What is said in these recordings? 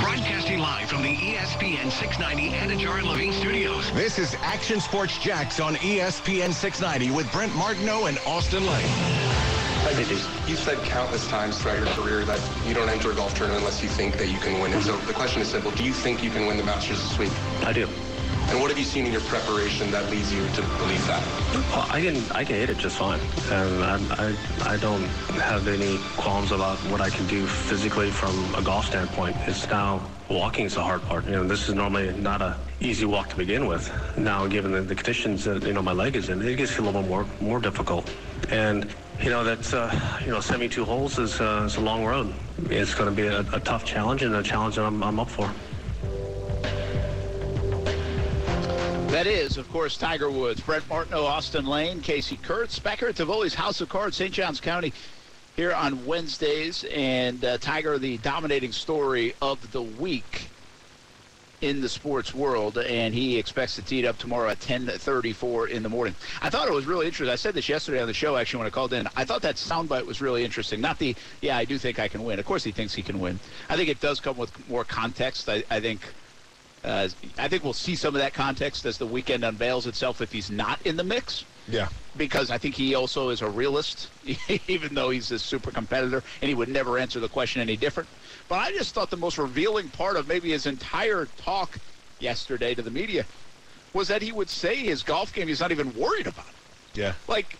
Broadcasting live from the E ESPN 690 Anajar Living Studios. This is Action Sports Jacks on E ESPN 690 with Brent Martineau and Austin Lane. You've said countless times throughout your career that you don't enter a golf tournament unless you think that you can win it. So the question is simple. Do you think you can win the Masters this week? I do. And what have you seen in your preparation that leads you to believe that? Well, I can I can hit it just fine, and I, I I don't have any qualms about what I can do physically from a golf standpoint. It's now walking's the hard part. You know, this is normally not a easy walk to begin with. Now, given the, the conditions that you know my leg is in, it gets a little bit more more difficult, and you know that's uh, you know 72 holes is uh, is a long road. It's going to be a, a tough challenge and a challenge that I'm, I'm up for. That is, of course, Tiger Woods, Brett Martineau, Austin Lane, Casey Kurtz, back here at Tivoli's House of Cards, St. Johns County, here on Wednesdays. And uh, Tiger, the dominating story of the week in the sports world, and he expects to tee it up tomorrow at 10:34 in the morning. I thought it was really interesting. I said this yesterday on the show, actually, when I called in. I thought that soundbite was really interesting. Not the, yeah, I do think I can win. Of course, he thinks he can win. I think it does come with more context. I, I think. Uh, I think we'll see some of that context as the weekend unveils itself if he's not in the mix, Yeah. because I think he also is a realist, even though he's a super competitor, and he would never answer the question any different. But I just thought the most revealing part of maybe his entire talk yesterday to the media was that he would say his golf game, he's not even worried about it Yeah. like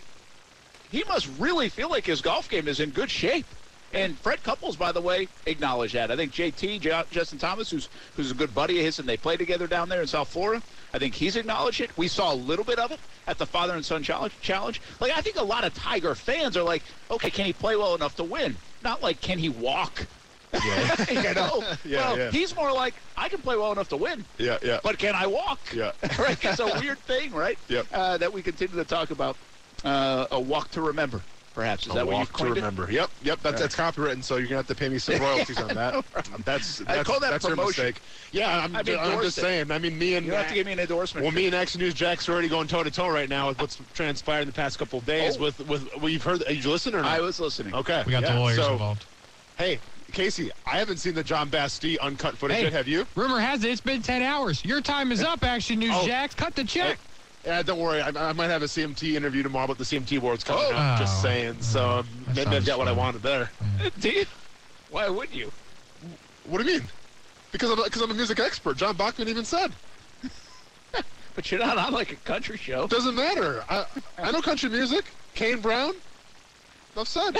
he must really feel like his golf game is in good shape. And Fred Couples, by the way, acknowledged that. I think JT J- Justin Thomas, who's who's a good buddy of his, and they play together down there in South Florida. I think he's acknowledged it. We saw a little bit of it at the father and son challenge. Challenge. Like I think a lot of Tiger fans are like, okay, can he play well enough to win? Not like can he walk? Yeah. you know? Yeah, well, yeah. he's more like I can play well enough to win. Yeah, yeah. But can I walk? Yeah. right? It's a weird thing, right? Yep. Uh, that we continue to talk about. Uh, a walk to remember, perhaps. Is A that what you walk to coined it? remember. Yep, yep. That's that's copywritten, so you're gonna have to pay me some royalties on that. That's, that's call that that's your promotion. mistake. Yeah, I'm, I've ju- I'm endorsed just it. saying. I mean, me and You have to give me an endorsement. well, me and Action News Jack's already going toe to toe right now with what's transpired in the past couple of days. Oh. With with well, you've heard. Did you listen or not? I was listening. okay. We got yeah, the lawyers so, involved. Hey, Casey, I haven't seen the John Basti uncut footage Hey. yet. Have you? Rumor has it it's been 10 hours. Your time is up, Action News Oh. Jacks. Cut the check. Yeah, don't worry. I, I might have a CMT interview tomorrow, but the CMT awards coming Oh. up. Just Oh. saying. So um, That maybe I've sounds got what I fun. wanted there. Indeed. Why would you? What do you mean? Because I'm because I'm a music expert. John Bachman even said But you're not on like a country show. doesn't matter. I I know country music. Kane Brown. Enough said.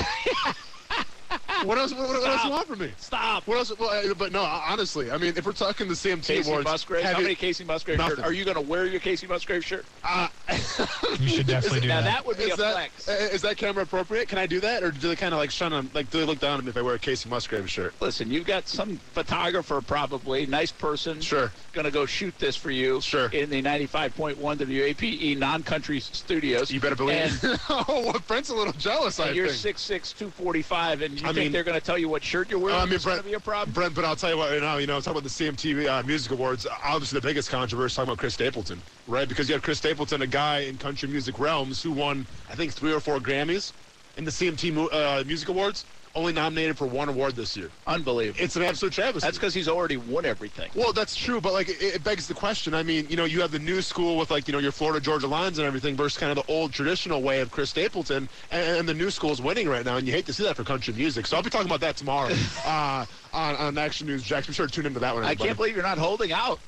what else? What, what else do you want from me? Stop. What else? Well, I- but no, honestly, I mean, if we're talking the CMT Casey awards, Musgrave. have How you- many Casey Musgrave Nothing. shirts? Are you going to wear your Casey Musgrave shirt? uh, You should definitely do now that. that would be is a that- flex. uh, is that camera appropriate? Can I do that, or do they kind of like shun on? Like, do they look down on me if I wear a Casey Musgrave shirt? Listen, you've got some photographer, probably nice person. Sure. going to go shoot this for you. Sure. In the 95.1 WAPe E non-country studios. You better believe. oh, well, Brent's a little jealous. I And you're think. six six two forty five, and you I think mean- they're going to tell you what shirt you're wearing? I mean, It's going Brent, to be a problem. Brent, but I'll tell you what, you know, you know, talking about the CMTV uh, Music Awards, obviously the biggest controversy talking about Chris Stapleton, right? Because you had Chris Stapleton, a guy in country music realms who won, I think, three or four Grammys in the CMT mu- uh, Music Awards, only nominated for one award this year. Unbelievable. It's an absolute travesty. That's because he's already won everything. Well, that's true, but like it, it begs the question. I mean, you know, you have the new school with like you know your Florida Georgia lines and everything versus kind of the old traditional way of Chris Stapleton, and, and the new school is winning right now, and you hate to see that for country music. So I'll be talking about that tomorrow uh, on, on Action News Jacks. Be sure to tune into that one. I Everybody. can't believe you're not holding out.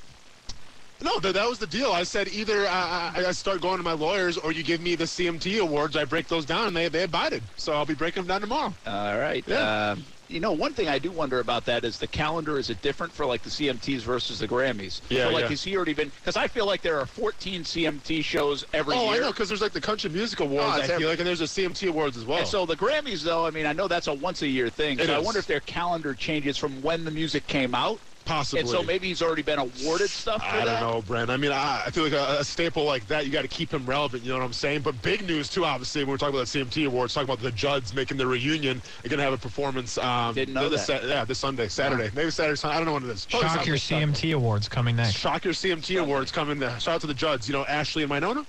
No, th- that was the deal. I said either uh, I, I, I start going to my lawyers, or you give me the CMT awards. I break those down, and they they abided. So I'll be breaking them down tomorrow. All right. Yeah. Um, you know, one thing I do wonder about that is the calendar. Is it different for like the CMTs versus the Grammys? Yeah, So, like, yeah. has he already been? Because I feel like there are 14 CMT shows every Oh, I year. know, because there's like the country music awards. Oh, I it's feel every- like, and there's a CMT awards as well. And so the Grammys, though, I mean, I know that's a once a year thing. It so I is. wonder if their calendar changes from when the music came out. possibly. And so maybe he's already been awarded stuff for I that. don't know, Brent. I mean, I, I feel like a, a staple like that, you got to keep him relevant. You know what I'm saying? But big news too, obviously. When we're talking about that CMT awards, talking about the Judds making their reunion, they're gonna have a performance. Um, Didn't know this, that. Sa- yeah, this Sunday, Saturday, maybe Saturday. Sun- I don't know when it is. Probably Shock Sunday. Your CMT Awards coming next. Shock your CMT awards coming. To, shout out to the Judds. You know, Ashley and Winona.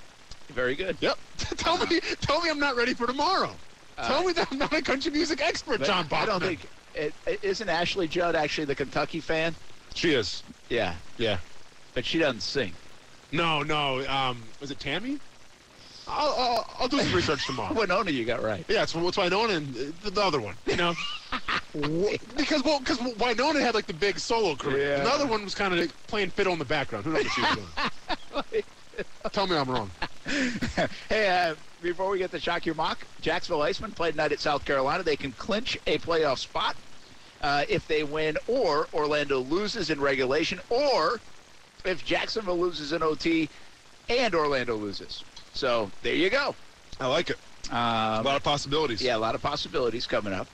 Very good. Yep. tell me, tell me, I'm not ready for tomorrow. tell me that I'm not a country music expert, Uh, But John Bachman. I don't think. It, it, isn't Ashley Judd actually the Kentucky fan? She is. Yeah, Yeah. but she doesn't sing. No, no. Um, was it Tammy? I'll, I'll, I'll do some research tomorrow. Winona, you got right. Yeah, it's what's Winona and uh, the, the other one, you know? Wh- because well, because Winona had like the big solo career. Yeah. Another one was kind of like, playing fiddle in the background. Who knows what she was doing? Tell me I'm wrong. Hey, uh, before we get to shock your mock, Jacksonville Icemen play tonight at South Carolina. They can clinch a playoff spot uh, if they win, or Orlando loses in regulation, or if Jacksonville loses in OT and Orlando loses. So there you go. I like it. Um, lot of possibilities. yeah, a lot of possibilities coming up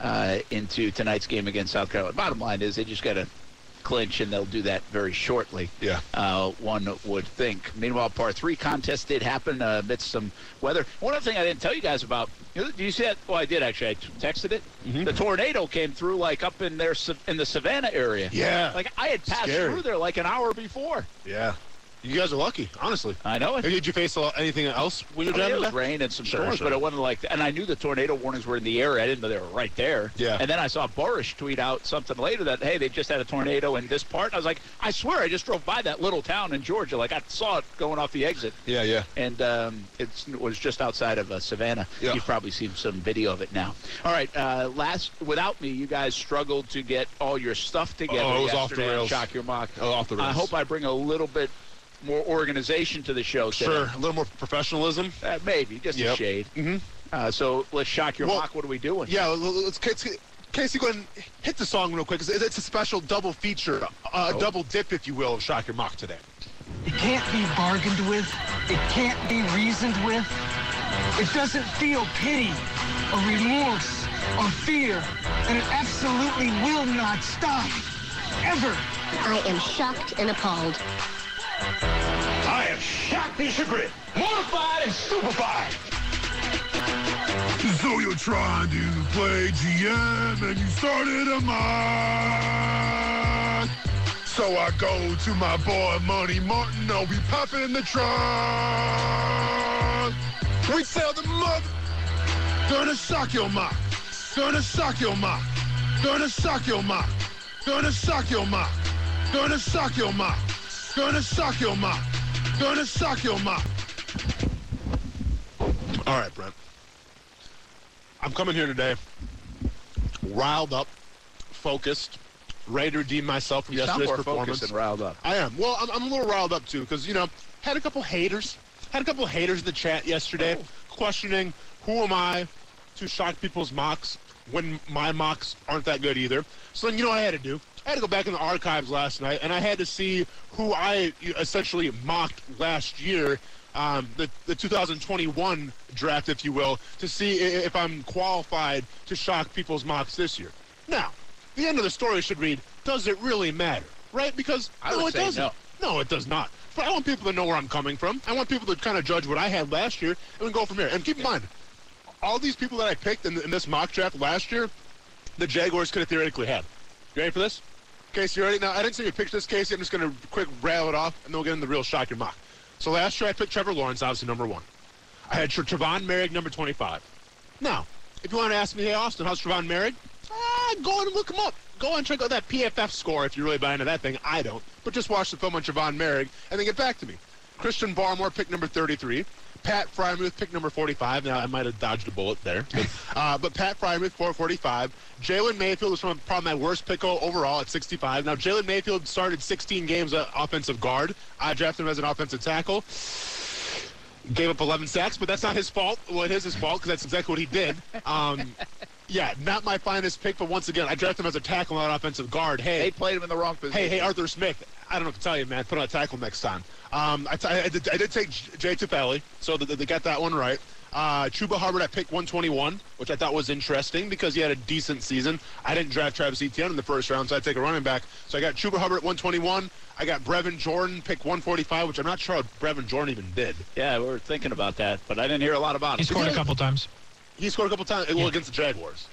uh, into tonight's game against South Carolina. Bottom line is they just got to clinch, and they'll do that very shortly. Yeah. uh, one would think. Meanwhile, par three contest did happen uh, amidst some weather. One other thing I didn't tell you guys about. you know, Do you see that? Well, I did actually. I t- texted it. Mm-hmm. The tornado came through like up in there sav- in the Savannah area. Yeah. Like I had passed Scary. through there like an hour before. Yeah. You guys are lucky, honestly. I know it. Hey, Did you face a lot, anything else when you were I mean, driving it was back? rain and some Sure, storms, sure. but it wasn't like. And I knew the tornado warnings were in the air. I didn't know they were right there. Yeah. And then I saw Borish tweet out something later that hey, they just had a tornado in this part. I was like, I swear, I just drove by that little town in Georgia. Like I saw it going off the exit, Yeah, yeah. and um, it's, it was just outside of uh, Savannah. Yeah. You've probably seen some video of it now. All right. Uh, last, without me, you guys struggled to get all your stuff together. Oh, it was off the yesterday on rails. Shock your mock. Oh, off the I rails. hope I bring a little bit more organization to the show. today. Sure. A little more professionalism. Uh, maybe just a Yep. shade. Mm-hmm. Uh, so let's shock your Well, mock. What are we doing? Yeah, l- l- let's, let's Casey, go ahead and hit the song real quick. 'cause It's a special double feature, a double dip, if you will, of Shock Your Mock today. It can't be bargained with. It can't be reasoned with. It doesn't feel pity or remorse or fear. And it absolutely will not stop. Ever. I am shocked and appalled. I am shocked and chagrined, mortified and stupefied. So you're trying to play GM and you started a mine. So I go to my boy Money Martin, oh we popping in the trunk. We sell the mother. Gonna shock your mom. Gonna shock your mom. Gonna shock your mom. Gonna shock your mom. Gonna shock your mom. Gonna shock your mom. Gonna shock your mom. All right, Brent. I'm coming here today, riled up, focused, ready to redeem myself from you sound yesterday's more performance. focused and riled up. I am. Well, I'm, I'm a little riled up too because you know had a couple haters, had a couple haters in the chat yesterday, questioning who am I to shock people's mocks when my mocks aren't that good either. So then you know what I had to do. I had to go back in the archives last night and I had to see who I essentially mocked last year. Um, the, the 2021 draft, if you will, to see i- if I'm qualified to shock people's mocks this year. Now, the end of the story should read, does it really matter? Right? Because I no, would it say doesn't. no. No, it does not. But I want people to know where I'm coming from. I want people to kind of judge what I had last year and go from there. And keep in mind, all these people that I picked in, in this mock draft last year, the Jaguars could have theoretically had. You ready for this? Casey, you ready? Now, I didn't see your picture this, Casey. I'm just going to quick rattle it off, and then we'll get into the real shock and mock. So last year, I picked Trevor Lawrence, obviously number one. I had Tra- Trevon Merrick, number 25. Now, if you want to ask me, hey, Austin, how's Trevon Merrick? Ah, go and look him up. Go and check out that PFF score if you really buy into that thing. I don't. But just watch the film on Trevon Merrick and then get back to me. Christian Barmore, pick number 33. Pat Frymuth, pick number 45. Now, I might have dodged a bullet there. uh, but Pat Frymuth, 445. Jalen Mayfield was from- probably my worst pick overall at 65. Now, Jalen Mayfield started 16 games at offensive guard. I drafted him as an offensive tackle gave up 11 sacks, but that's not his fault. Well, it is his fault because that's exactly what he did. Um, yeah, not my finest pick, but once again, I drafted him as a tackle, not an offensive guard. They Hey, played him in the wrong position. hey, hey, Arthur Smith. I don't know what to tell you, man. Put on a tackle next time. Um, I, t- I, did, I did take J- Jay Tufeli, so th- th- they got that one right. Uh, Chuba Hubbard at pick 121, which I thought was interesting because he had a decent season. I didn't draft Travis Etienne in the first round, so I take a running back. So I got Chuba Hubbard at 121. I got Brevin Jordan pick 145, which I'm not sure how Brevin Jordan even did. Yeah, we were thinking about that, but I didn't hear a lot about He it. scored a couple times. He scored a couple times. Well, Yeah. against the Jaguars.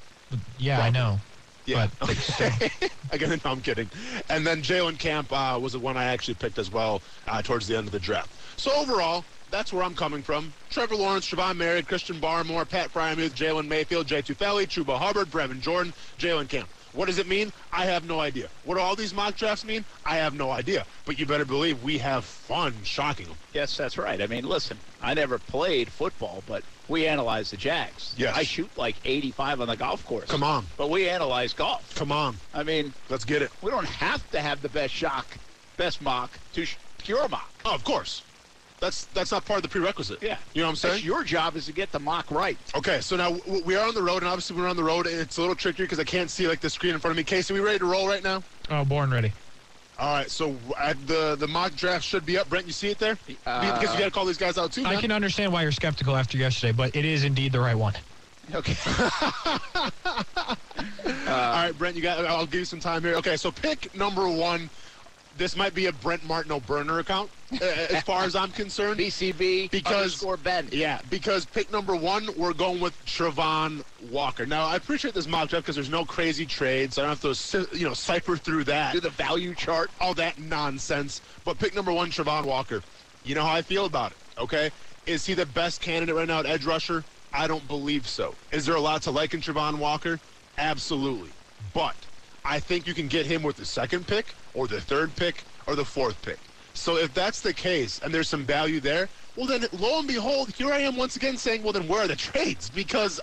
Yeah, I know. Yeah. But Again, no, I'm kidding. And then Jalen Camp uh, was the one I actually picked as well uh, towards the end of the draft. So overall, that's where I'm coming from. Trevor Lawrence, Trevon Merrick, Christian Barmore, Pat Fryermuth, Jalen Mayfield, Jay Tufeli, Chuba Hubbard, Brevin Jordan, Jalen Camp. What does it mean? I have no idea. What do all these mock drafts mean? I have no idea. But you better believe we have fun shocking them. Yes, that's right. I mean, listen, I never played football, but we analyze the Jags. Yes. I shoot like 85 on the golf course. Come on. But we analyze golf. Come on. I mean, Let's get it. we don't have to have the best shock, best mock to sh- cure mock. Oh, of course. That's that's not part of the prerequisite. Yeah. You know what I'm saying? That's your job is to get the mock right. Okay, so now w- we are on the road, and obviously we're on the road, and it's a little trickier because I can't see like the screen in front of me. Casey, we ready to roll right now? Oh, born ready. All right, so uh, the the mock draft should be up. Brent, you see it there? Be- because you got to call these guys out too. uh, I man. can understand why you're skeptical after yesterday, but it is indeed the right one. Okay. All right, Brent, you got. I'll give you some time here. Okay, so pick number one. This might be a Brent Martineau burner account, uh, as far as I'm concerned. BCB Because- underscore Ben. Yeah, because pick number one, we're going with Trevon Walker. Now, I appreciate this mock draft because there's no crazy trades. I don't have to, si- you know, cipher through that. Do the value chart. all that nonsense. But pick number one, Travon Walker. You know how I feel about it, okay? Is he the best candidate right now at edge rusher? I don't believe so. Is there a lot to like in Travon Walker? Absolutely. But I think you can get him with the second pick or the third pick or the fourth pick. So if that's the case and there's some value there, well, then lo and behold, here I am once again saying, well, then where are the trades? Because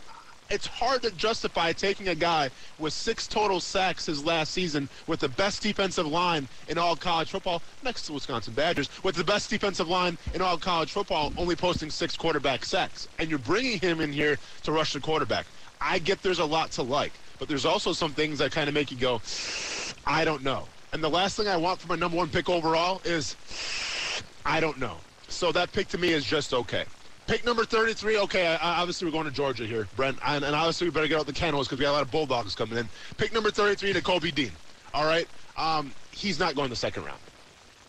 it's hard to justify taking a guy with six total sacks his last season with the best defensive line in all college football next to Wisconsin Badgers with the best defensive line in all college football only posting six quarterback sacks and you're bringing him in here to rush the quarterback I get there's a lot to like but there's also some things that kind of make you go I don't know and the last thing I want for my number one pick overall is I don't know. So that pick to me is just okay. Pick number 33, okay, I, I- obviously we're going to Georgia here, Brent, and, and obviously we better get out the kennels because we got a lot of Bulldogs coming in. Pick number 33 to Kobe Dean, all right? Um, he's not going the second round,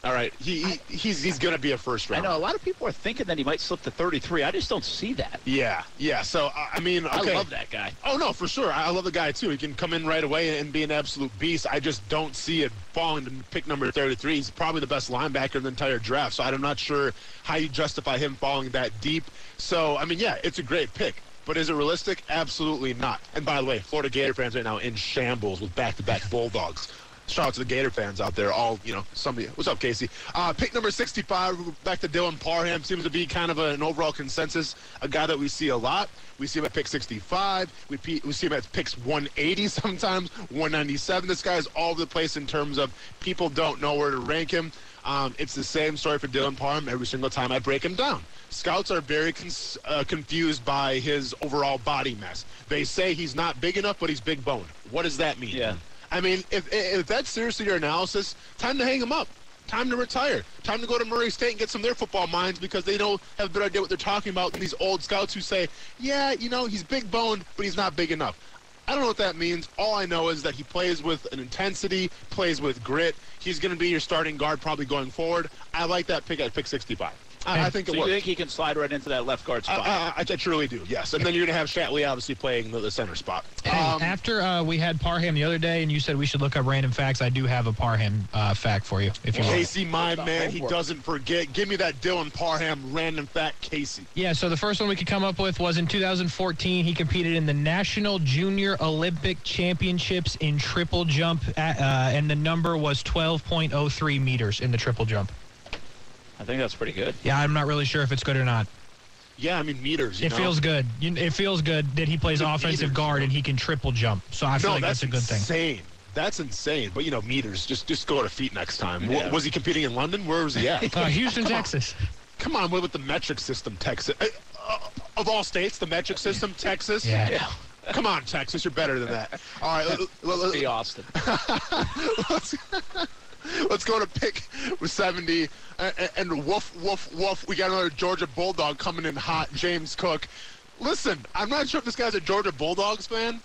all right? He, he He's, he's going to be a first I round. know a lot of people are thinking that he might slip to 33. I just don't see that. Yeah, yeah, so, I I mean, okay. I love that guy. Oh no, for sure. I I love the guy too. He can come in right away and be an absolute beast. I just don't see it falling to pick number 33. He's probably the best linebacker in the entire draft. So I'm not sure how you justify him falling that deep. So I mean, yeah, it's a great pick. But is it realistic? Absolutely not. And by the way, Florida Gator fans right now in shambles with back-to-back Bulldogs. Shout out to the Gator fans out there. All you know, somebody. What's up, Casey? Uh, pick number 65. Back to Dylan Parham seems to be kind of an overall consensus. A guy that we see a lot. We see him at pick 65. We, pe- we see him at picks 180 sometimes, 197. This guy's all over the place in terms of people don't know where to rank him. Um, it's the same story for Dylan Parham every single time I break him down. Scouts are very cons- uh, confused by his overall body mass. They say he's not big enough, but he's big boned. What does that mean? Yeah. I mean, if, if that's seriously your analysis, time to hang him up. Time to retire. Time to go to Murray State and get some of their football minds because they don't have a better idea what they're talking about than these old scouts who say, yeah, you know, he's big boned, but he's not big enough. I don't know what that means. All I know is that he plays with an intensity, plays with grit. He's going to be your starting guard probably going forward. I like that pick at pick 65. I, I think So it you works. Uh-uh. think he can slide right into that left guard I, spot? I, I truly do, yes. And then you're going to have Shatley obviously playing the, the center spot. Um, after uh, we had Parham the other day, and you said we should look up random facts, I do have a Parham uh, fact for you, if you want. Casey, my the man, he homework. doesn't forget. Give me that Dylan Parham random fact, Casey. Yeah, so the first one we could come up with was in 2014. He competed in the National Junior Olympic Championships in triple jump, at, uh, and the number was 12.03 meters in the triple jump. I think that's pretty good. Yeah, I'm not really sure if it's good or not. Yeah, I mean meters. You It know? feels good. You- It feels good that he plays It's a offensive meters, guard though. and he can triple jump. So I feel no, like that's, a good insane. thing. That's insane. But you know, meters. Just just go to feet next time. Wa- Yeah. was he competing in London? Where was he at? Uh, Houston, Texas. Come on, what with the metric system, Texas? Uh, uh, of all states, the metric system, Texas. Yeah. Come on, Texas, you're better than that. All right, l- l- l- Be Austin. let's, let's go to pick 70. And, and woof, woof, woof. We got another Georgia Bulldog coming in hot, James Cook. Listen, I'm not sure if this guy's a Georgia Bulldogs fan.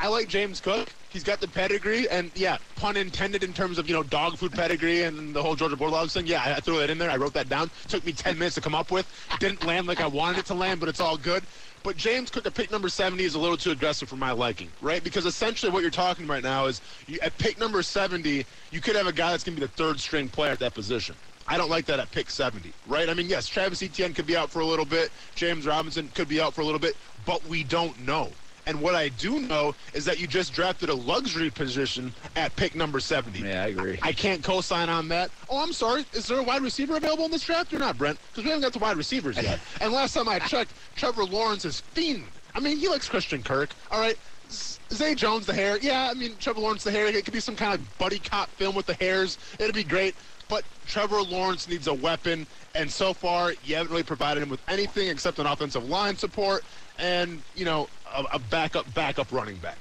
I like James Cook. He's got the pedigree, and yeah, pun intended in terms of you know dog food pedigree and the whole Georgia Bulldogs thing. Yeah, I, I threw that in there. I wrote that down. Took me 10 minutes to come up with. Didn't land like I wanted it to land, but it's all good. But James Cook at pick number 70 is a little too aggressive for my liking, right? Because essentially what you're talking right now is you, at pick number 70, you could have a guy that's going to be the third string player at that position. I don't like that at pick 70, right? I mean, yes, Travis Etienne could be out for a little bit. James Robinson could be out for a little bit, but we don't know. And what I do know is that you just drafted a luxury position at pick number 70. Yeah, I agree. I can't co-sign on that. Oh, I'm sorry. Is there a wide receiver available in this draft or not, Brent? Because we haven't got the wide receivers yet. and last time I checked, Trevor Lawrence is fiend. I mean, he likes Christian Kirk. All right. Z- Zay Jones, the hair. Yeah, I mean, Trevor Lawrence, the hair. It could be some kind of buddy cop film with the hairs. It'd be great. But Trevor Lawrence needs a weapon. And so far, you haven't really provided him with anything except an offensive line support and, you know, a, a backup, backup running back.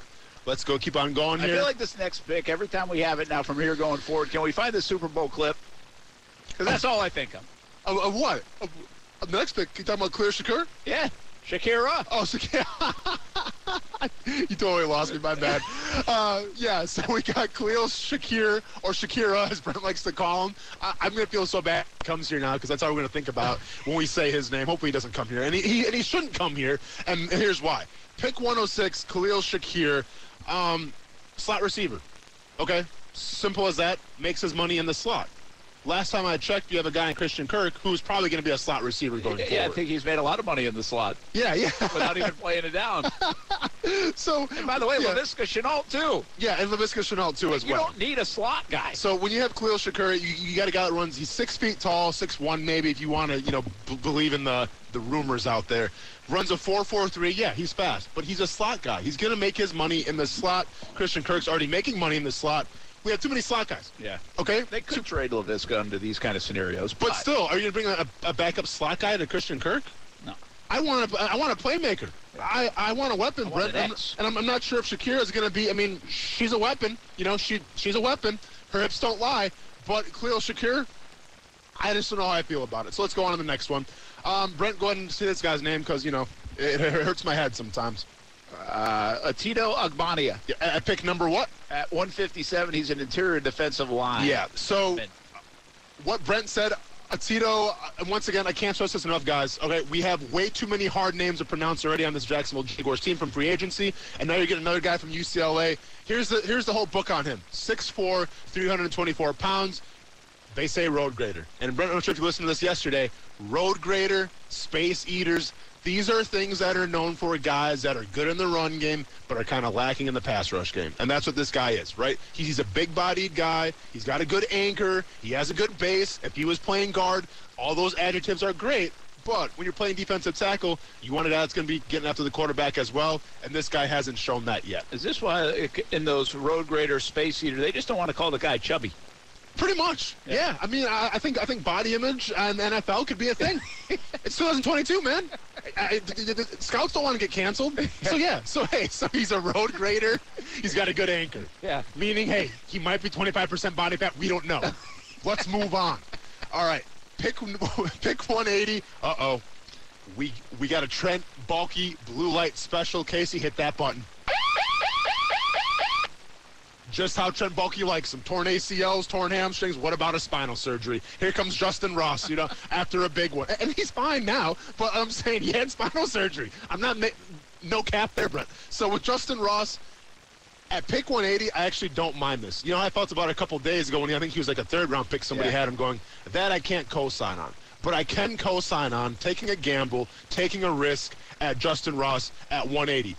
Let's go keep on going I here. feel like this next pick, every time we have it now from here going forward, can we find the Super Bowl clip? Because that's all I think of. Of, of what? Of, of the next pick? You talking about Clear Shakur? Yeah, Shakira. Oh, Shakur. you totally lost me. My bad. Uh, yeah, so we got Khalil Shakir, or Shakira, as Brent likes to call him. I, I'm going to feel so bad he comes here now because that's all we're going to think about when we say his name. Hopefully he doesn't come here. And he, he, and he shouldn't come here. And, and here's why. Pick 106, Khalil Shakir, um, slot receiver. Okay? Simple as that. Makes his money in the slot. Last time I checked, you have a guy in Christian Kirk who's probably going to be a slot receiver going Yeah, I forward. think he's made a lot of money in the slot yeah, yeah. without even playing it down. So, And by the way, yeah, LaVisca Chenault, too. yeah, and Lavisca Chanel too as You well. don't need a slot guy. So when you have Khalil Shakir, you, you got a guy that runs. He's six feet tall, six one maybe, if you want to, you know, b- believe in the the rumors out there. Runs a four four three. Yeah, he's fast, but he's a slot guy. He's gonna make his money in the slot. Christian Kirk's already making money in the slot. We have too many slot guys. Yeah. Okay, They could trade LaVisca under these kind of scenarios. but still, are you gonna bring a, a backup slot guy to Christian Kirk? No. I want a, I want a playmaker. I, I want a weapon, I want Brent. an I'm- X. and I'm, I'm not sure if Shakira is going to be. I mean, she's a weapon. You know, she she's a weapon. Her hips don't lie. But Khalil Shakir, I just don't know how I feel about it. So let's go on to the next one. Um, Brent, go ahead and say this guy's name because you know it, it hurts my head sometimes. uh, Tito Agbania Yeah, I I pick number what? at 157, he's an interior defensive line. Yeah. So Ben. what Brent said, Atito, uh, and once again, I can't stress this enough, guys. Okay, we have way too many hard names to pronounce already on this Jacksonville Jaguars team from free agency, and now you're getting another guy from UCLA. Here's the here's the whole book on him: 6'4", 324 pounds. They say road grader. And Brent, I'm not sure if you listened to this yesterday. Road grader, space eaters. These are things that are known for guys that are good in the run game, but are kind of lacking in the pass rush game. And that's what this guy is, right? He's a big bodied guy. He's got a good anchor. He has a good base. If he was playing guard, all those adjectives are great. But when you're playing defensive tackle, you want a guy that's going to be getting after the quarterback as well. And this guy hasn't shown that yet. Is this why uh, it- in those road grader space eater, they just don't want to call the guy chubby? Pretty much, yeah. I mean, I, I think I think body image and the NFL could be a thing. it's 2022, man. I, I- th- th- th- scouts don't want to get canceled, so yeah. So hey, so he's a road grader. He's got a good anchor. Yeah. Meaning, hey, he might be 25% body fat. We don't know. Let's move on. All right, pick pick 180. Uh oh, we we got a Trent bulky blue light special. Casey, hit that button just how Trent Baalke likes him. Torn ACLs, torn hamstrings. What about a spinal surgery? Here comes Justin Ross, you know, after a big one. And he's fine now, but I'm saying he had spinal surgery. I'm not, ma- no cap there, Brent. So with Justin Ross, at pick 180, I actually don't mind this. You know, I felt about it a couple days ago when he, I think he was like a third round pick. Somebody Yeah. had him going, that I can't co sign on. But I can co sign on taking a gamble, taking a risk at Justin Ross at 180.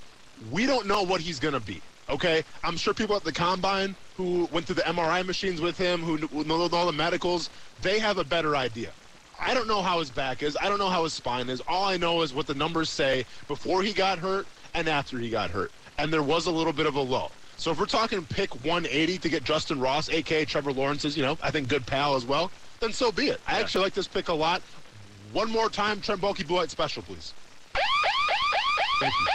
We don't know what he's going to be. Okay, I'm sure people at the combine who went through the MRI machines with him, who kn- who know all the medicals, they have a better idea. I don't know how his back is. I don't know how his spine is. All I know is what the numbers say before he got hurt and after he got hurt. And there was a little bit of a lull. So if we're talking pick 180 to get Justin Ross, aka Trevor Lawrence's, you know, I think good pal as well, then so be it. I actually like this pick a lot. One more time, Trent Bulky Blue Light Special, please. Thank you.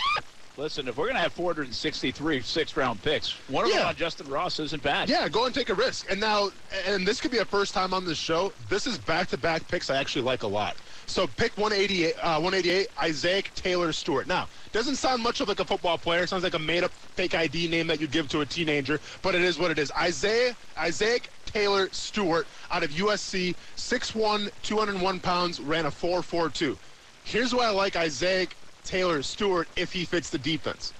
Listen, if we're going to have 463 sixth round picks, one of them Yeah. on Justin Ross isn't bad. Yeah, go and take a risk. And now, and this could be a first time on this show. This is back to back picks I actually like a lot. So pick 188, uh, 188 Isaac Taylor Stewart. Now, doesn't sound much of like a football player. Sounds like a made up fake ID name that you give to a teenager, but it is what it is. Isaiah, Isaac Taylor Stewart out of USC, 6'1, 201 pounds, ran a 4'4'2. Here's why I like Isaac Taylor Stewart if he fits the defense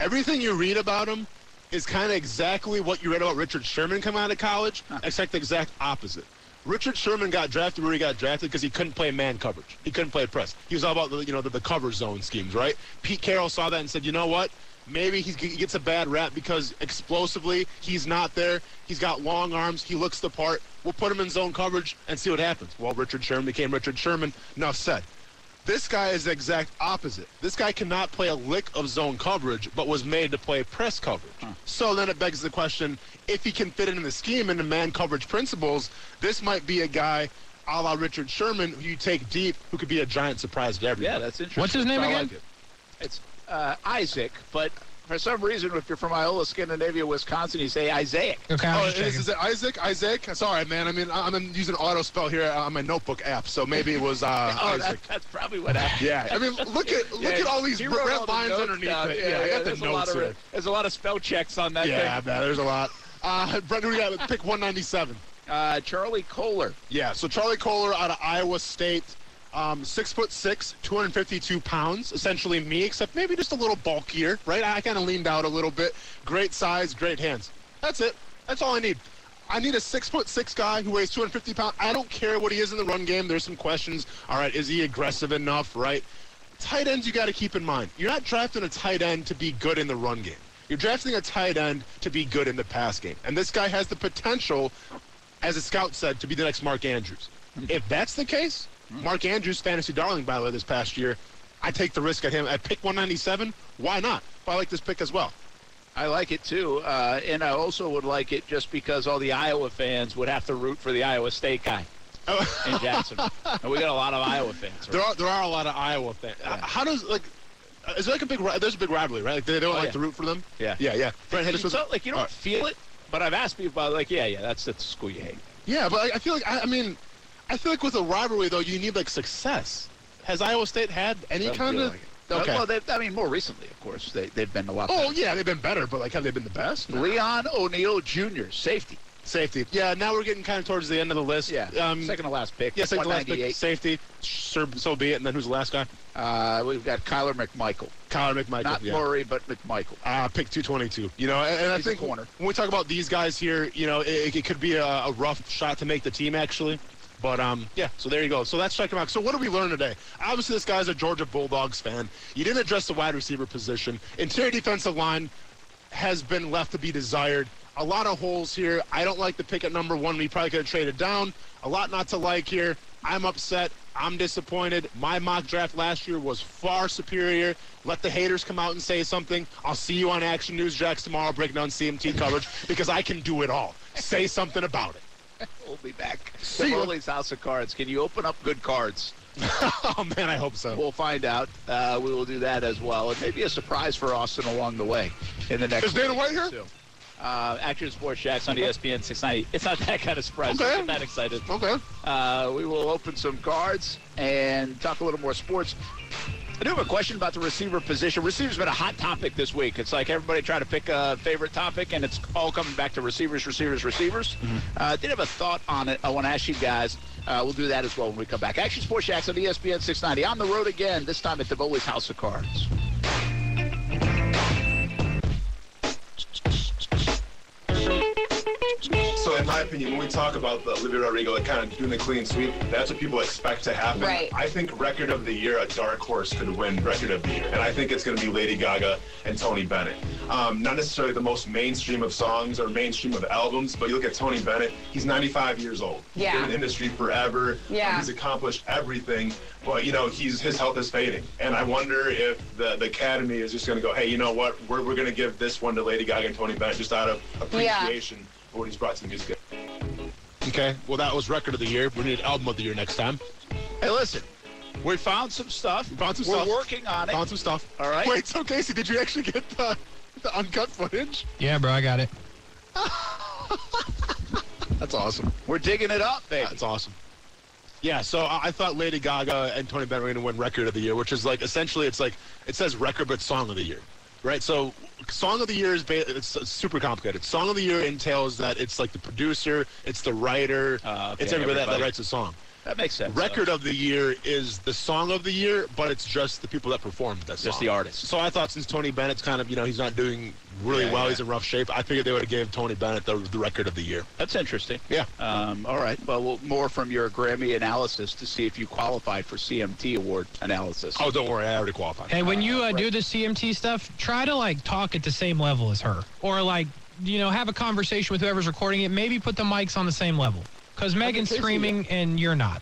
everything you read about him is kind of exactly what you read about Richard Sherman coming out of college, except the exact opposite. Richard Sherman got drafted where he got drafted because he couldn't play man coverage. He couldn't play press. He was all about the you know the, the cover zone schemes, right? Pete Carroll saw that and said, you know what? Maybe he's, he gets a bad rap because explosively he's not there. He's got long arms. He looks the part. We'll put him in zone coverage and see what happens. Well, Richard Sherman became Richard Sherman. Enough said. This guy is the exact opposite. This guy cannot play a lick of zone coverage, but was made to play press coverage. So then it begs the question if he can fit into the scheme and the man coverage principles, this might be a guy a la Richard Sherman who you take deep who could be a giant surprise to everybody. Yeah, that's interesting. What's his name I again? like it. It's uh, Isaac, but for some reason, if you're from Iola, Scandinavia, Wisconsin, you say Isaac. Okay, I'm Oh, is, just checking. is it Isaac? Isaac? Sorry, man. I mean, I- I'm using auto spell here on my notebook app, so maybe it was uh, Oh, Isaac. that, that's probably what happened. Yeah, I mean, look at look Yeah, at all these he red wrote all the lines notes underneath down. it. Yeah, I got there's a the lot notes of here. there's a lot of spell checks on that Yeah, thing. man, there's a lot. Uh, Brent, who we got? Pick 197. Uh, Charlie Kohler. Yeah, so Charlie Kohler out of Iowa State, um, six foot six, 252 pounds, essentially me, except maybe just a little bulkier, right? I kind of leaned out a little bit. Great size, great hands. That's it. That's all I need. I need a six foot six guy who weighs 250 pounds. I don't care what he is in the run game. There's some questions. All right, is he aggressive enough, right? tight ends you got to keep in mind. You're not drafting a tight end to be good in the run game. You're drafting a tight end to be good in the pass game. And this guy has the potential, as a scout said, to be the next Mark Andrews. Hmm. If that's the case, Mark Andrews, fantasy darling, by the way, this past year, I take the risk at him at pick 197. Why not? I like this pick as well. I like it too, uh, and I also would like it just because all the Iowa fans would have to root for the Iowa State guy in Jacksonville. and we got a lot of Iowa fans. Uh, There are there are a lot of Iowa fans. How does like? uh, Is there like a big? ri- There's a big rivalry, right? Like they, they don't Oh, like yeah. to root for them. Yeah. yeah, yeah. Brent, It's this was- not like you don't all right. feel it, but I've asked people about like, yeah, yeah, that's the school you hate. Yeah, but I, I feel like I, I mean, I feel like with a rivalry though, you need like success. Has Iowa State had any Doesn't kind feel of? like it. Well, they, I mean, more recently, of course, they, they've been a lot. oh better. yeah, they've been better, but like, have they been the best? Leon O'Neal Jr., safety. Safety. Yeah, now we're getting kind of towards the end of the list. Yeah, Um, second to last pick. yeah, second to last pick. 198. Safety. Sure, so be it. And then who's the last guy? Uh, we've got Kyler McMichael, Connor McMichael. not yeah. Murray, but McMichael. Ah, pick 222. You know, and, and I He's a think corner. when we talk about these guys here, you know, it, it could be a, a rough shot to make the team actually. But um, yeah. So there you go. So that's check him out. So what did we learn today? Obviously, this guy's a Georgia Bulldogs fan. You didn't address the wide receiver position. Interior defensive line has been left to be desired. A lot of holes here. I don't like the pick at number one. We probably could have traded down. A lot not to like here. I'm upset. I'm disappointed. My mock draft last year was far superior. Let the haters come out and say something. I'll see you on Action News Jacks tomorrow breaking down CMT coverage because I can do it all. Say something about it. We'll be back. See ya. Foley's House of Cards. Can you open up good cards? Oh man, I hope so. We'll find out. Uh, we will do that as well. And maybe a surprise for Austin along the way in the next Is Dana White here? too. Uh, Action Sports Shacks on E Okay. ESPN 690. It's not that kind of surprise. Okay. I'm not excited. Okay. Uh, we will open some cards and talk a little more sports. I do have a question about the receiver position. Receiver's been a hot topic this week. It's like everybody trying to pick a favorite topic, and it's all coming back to receivers, receivers, receivers. Uh, did have a thought on it. I want to ask you guys. Uh, we'll do that as well when we come back. Action Sports E Shacks on ESPN 690. On the road again, this time at the Bowley's House of Cards. So, in my opinion, when we talk about the Olivia Rodrigo like, kind of doing the clean sweep, that's what people expect to happen. Right. I think record of the year, a dark horse could win record of the year, and I think it's going to be Lady Gaga and Tony Bennett. Um, not necessarily the most mainstream of songs or mainstream of albums, but you look at Tony Bennett, he's 95 years old. Yeah. Been in the industry forever. Um, Yeah. He's accomplished everything, but you know he's his health is fading, and I wonder if the the Academy is just going to go, hey, you know what? We're we're going to give this one to Lady Gaga and Tony Bennett just out of appreciation for what he's brought to the music. Okay. Well, that was record of the year. We need album of the year next time. Hey, listen, we found some stuff. We found some We're stuff. working on it. Found some stuff. All right. Wait, so Casey, did you actually get the, the uncut footage? yeah, bro, I got it. That's awesome. We're digging it up, baby. That's awesome. Yeah, so I I thought Lady Gaga and Tony Bennett were going to win Record of the Year, which is like essentially it's like it says record but Song of the Year, right? So Song of the Year is ba- it's uh, super complicated. Song of the Year entails that it's like the producer, it's the writer, Uh, okay, it's everybody, That, that everybody. writes a song. That makes sense. Record of the year is the song of the year, but it's just the people that performed that song. Just the artist. So I thought since Tony Bennett's kind of, you know, he's not doing really Yeah, well, yeah. he's in rough shape, I figured they would have gave Tony Bennett the, the record of the year. That's interesting. Yeah. Um, all right. Well, we'll- more from your Grammy analysis to see if you qualify for CMT award analysis. Oh, don't worry, I already qualified. Hey, when you uh, do the CMT stuff, try to like talk at the same level as her, or like you know have a conversation with whoever's recording it. Maybe put the mics on the same level, because Megan's Casey- screaming and you're not.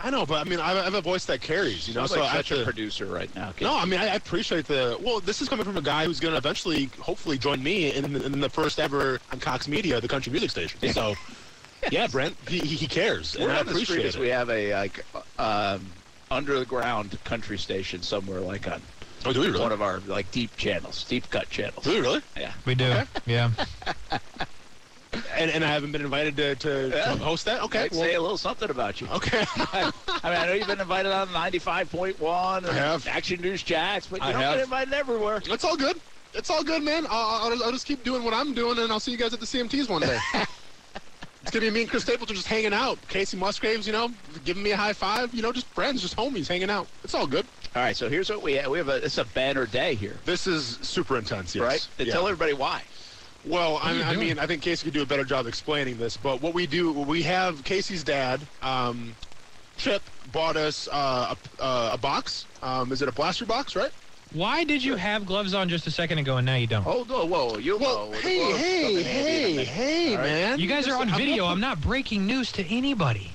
I know, but I mean, I I have a voice that carries, you know, Sounds so like I have such a to- producer right now. No, I mean I I appreciate the. Well, this is coming from a guy who's going to eventually, hopefully, join me in, the- in the first ever on Cox Media, the country music station. So, yeah, Brent, he, he he cares, We're and I on the street appreciate as it. we have a like um, underground country station somewhere, like on oh, do we really? one of our like deep channels, deep cut channels. do we really? Yeah. We do, yeah. And, and I haven't been invited to, to, to Yeah. host that. Okay, Might say a little something about you. okay. I mean, I know you've been invited on 95.1 and I have. Action News Jacks, but you I don't have. get invited everywhere. It's all good. It's all good, man. I'll, I'll, I'll just keep doing what I'm doing, and I'll see you guys at the CMTs one day. it's gonna be me and Chris Stapleton just hanging out. Casey Musgraves, you know, giving me a high five. You know, just friends, just homies, hanging out. It's all Oh, good. All right, so here's what we have. We have a, it's a banner day here, This is super intense, yes. right? And Yeah. Tell everybody why. Well, I, I mean, I think Casey could do a better job explaining this, but what we do, we have Casey's dad, um, Chip, bought us uh, a, uh, a box. Um, is it a blaster box, right? Why did you have gloves on just a second ago and now you don't? Oh, whoa, whoa, you Well, know. hey, whoa, hey, something handy in a hey, minute. hey, man. You guys are on video. I'm not breaking news to anybody.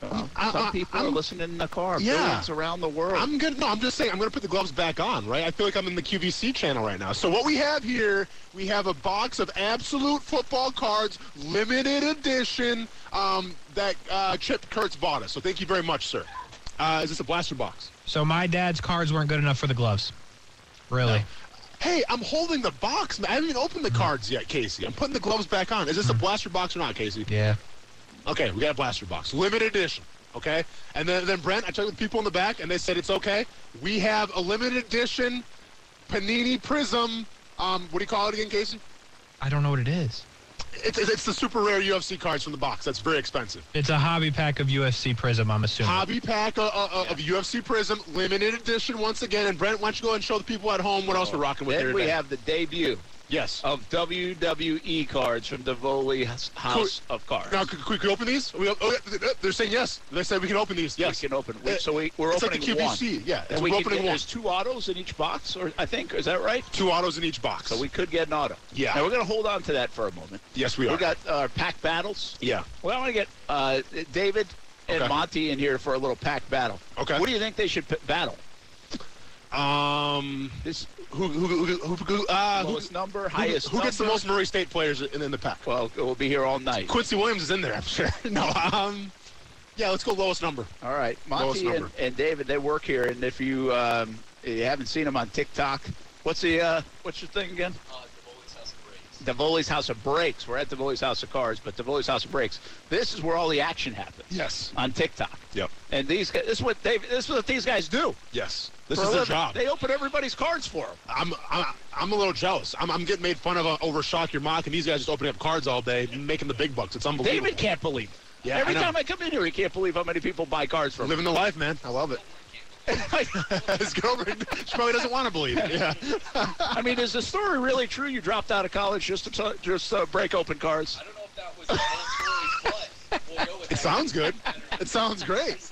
Well, I- some I- people are I'm- listening in the car. Yeah. Millions around the world. I'm gonna. No, I'm just saying. I'm gonna put the gloves back on, right? I feel like I'm in the QVC channel right now. So what we have here, we have a box of absolute football cards, limited edition, um, that uh, Chip Kurtz bought us. So thank you very much, sir. Uh, is this a blaster box? So my dad's cards weren't good enough for the gloves. Really? Hey, I'm holding the box. man. I haven't even opened the cards yet, Casey. I'm putting the gloves back on. Is this a blaster box or not, Casey? Yeah. Okay, we got a blaster box, limited edition. Okay, and then then Brent, I checked with people in the back, and they said it's okay. We have a limited edition Panini Prism. Um, what do you call it again, Casey? I don't know what it is. It's, it's, it's the super rare UFC cards from the box. That's very expensive. It's a hobby pack of UFC Prism, I'm assuming. Hobby pack uh, uh, uh, of UFC Prism, limited edition once again. And Brent, why don't you go ahead and show the people at home what else we're rocking with then here we today? have the debut yes. of WWE cards from Davoli House Cool. of Cards. now, could, could we open these? We, oh, yeah, they're saying yes. They said we can open these. Yes. We can open. We, Uh, so we, we're it's like opening the QVC. one. Yeah, it's And we we're can opening get- one. There's two autos in each box, or I think is that right? Two autos in each box. So we could get an auto. Yeah. And we're going to hold on to that for a moment. yes, we are. We got uh, pack battles. yeah. Well, I want to get uh, David and Okay. Monty in here for a little pack battle. Okay. What do you think they should p- battle? Um, This who who who who, who, uh, who, lowest number, who, highest. who gets the number? most Murray State players in, in the pack? Well, we'll be here all night. Quincy Williams is in there, I'm sure. no, um, yeah, let's go lowest number. All right, Lowest Monty and, number. and David, they work here, and if you um, you haven't seen them on TikTok, what's the uh, what's your thing again? Davoli's House of Breaks. We're at Davoli's House of Cards, but Davoli's House of Breaks. This is where all the action happens. Yes. On TikTok. Yep. And these guys, this is what they this is what these guys do. Yes. This for is a their living. job. They open everybody's cards for them. I'm, I'm I'm a little jealous. I'm, I'm getting made fun of uh, over shock your mock, and these guys just opening up cards all day, making the big bucks. It's unbelievable. David can't believe. It. Yeah, Every I know. time I come in here, he can't believe how many people buy cards from. living the life, man. I love it. him. His girlfriend, she probably doesn't want to believe it. Yeah. I mean, is the story really true? You dropped out of college just to t- just uh, break open cards. I don't know if that was the whole story, but we'll go with It sounds good. It sounds great.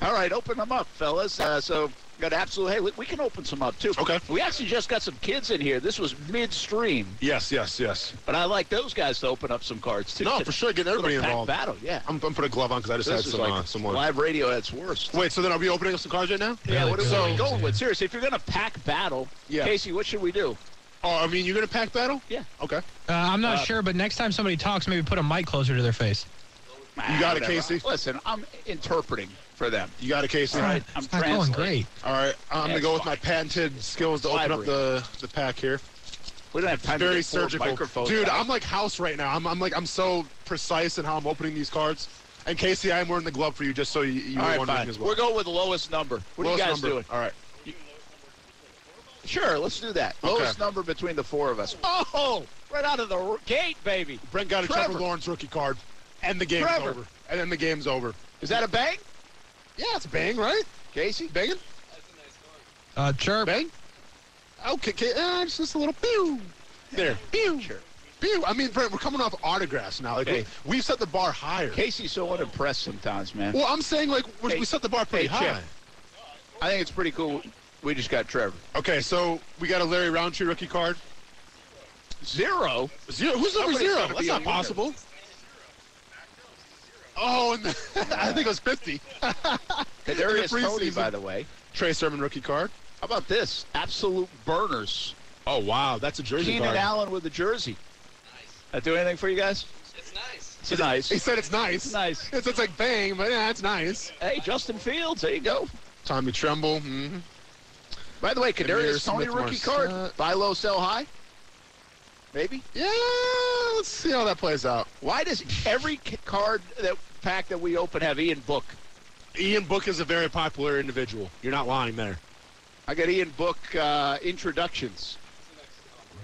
All right, open them up, fellas. Uh, so got absolutely. Hey, we, we can open some up too. Okay. We actually just got some kids in here. This was midstream, Yes, yes, yes. but I like those guys to open up some cards too. No, for sure, getting everybody Pack involved. battle, yeah. I'm, I'm putting a glove on because I just this had is some like uh, some lunch. live radio at its worst. Wait, so then are we opening up some cards right now? yeah, Really what are good. what are we So- going with? Seriously, if you're gonna pack battle, Yeah. Casey, what should we do? Oh, I mean, you're gonna pack battle? Yeah. Okay. Uh, I'm not Uh, sure, but next time somebody talks, maybe put a mic closer to their face. Ah, got it, whatever. Casey. Listen, I'm interpreting for them. You got it, Casey. All right, I'm It's not going translating. great. All right. I'm gonna That's go with fine. my patented skills to open up Library. the the pack here. We don't have time to Very get four surgical. microphones. Dude, out. I'm like house right now. I'm, I'm like I'm so precise in how I'm opening these cards. And Casey, I am wearing the glove for you just so you, you All were right, wondering fine. as well. We're going with lowest number. What Lowest are you guys number. doing? All right. Sure, let's do that. Okay. Lowest number between the four of us. Oh, right out of the r- gate, baby. Brent got a Trevor. Trevor Lawrence rookie card. and the game's Forever. over. And then the game's over. Is that a bang? Yeah, it's a bang, right? Casey, banging? Uh, chirp. Bang? Okay, okay uh, just, just a little pew. There, pew. Pew. I mean, Brent, we're coming off autographs now. Like, Hey. we, we've set the bar higher. Casey's so unimpressed sometimes, man. Well, I'm saying, like, we, Hey, we set the bar pretty hey, high. Chip. I think it's pretty cool. We just got Trevor. Okay, so we got a Larry Roundtree rookie card. Zero. Zero. Who's number Somebody's zero? gotta That's be not on your possible. Oh, and I think it was 50. Kadarius In the Tony, preseason. by the way. Trey Sermon rookie card. How about this? Absolute burners. Oh, wow. That's a jersey Keenan card. Allen with a jersey. That do anything for you guys? It's nice. It's nice. He said it's nice. It's nice. It's, it's like bang, but yeah, it's nice. Hey, Justin Fields. There you go. Tommy Tremble. hmm By the way, Kadarius Tony Amir Smith rookie Marset. card. Buy low, sell high. Maybe. Yeah, Uh, let's see how that plays out. Why does every c- card that pack that we open have Ian Book? Ian Book is a very popular individual. You're not lying there. I got Ian Book uh, introductions.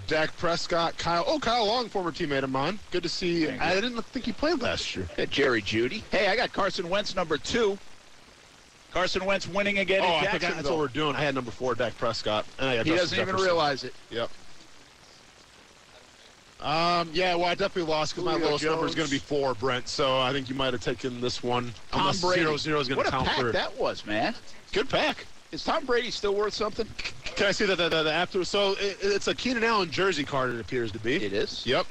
Dak Prescott, Kyle. Oh, Kyle Long, former teammate of mine. Good to see. Thank you. I didn't think he played last year. Got Jerry Judy. Hey, I got Carson Wentz number two. Carson Wentz winning again oh, in I forgot. That's what Jacksonville. we're doing. I had number four, Dak Prescott. And I got He Justin doesn't even Jefferson. realize it. Yep. Um, yeah, well, I definitely lost because my Julio lowest number is going Jones. to be four, Brent. So I think you might have taken this one. Tom Unless Brady. zero zero is going what to a count pack for that was, man. good pack. Is Tom Brady still worth something? Can I see that the, the, the after? So it, it's a Keenan Allen jersey card. It appears to be. It is. Yep.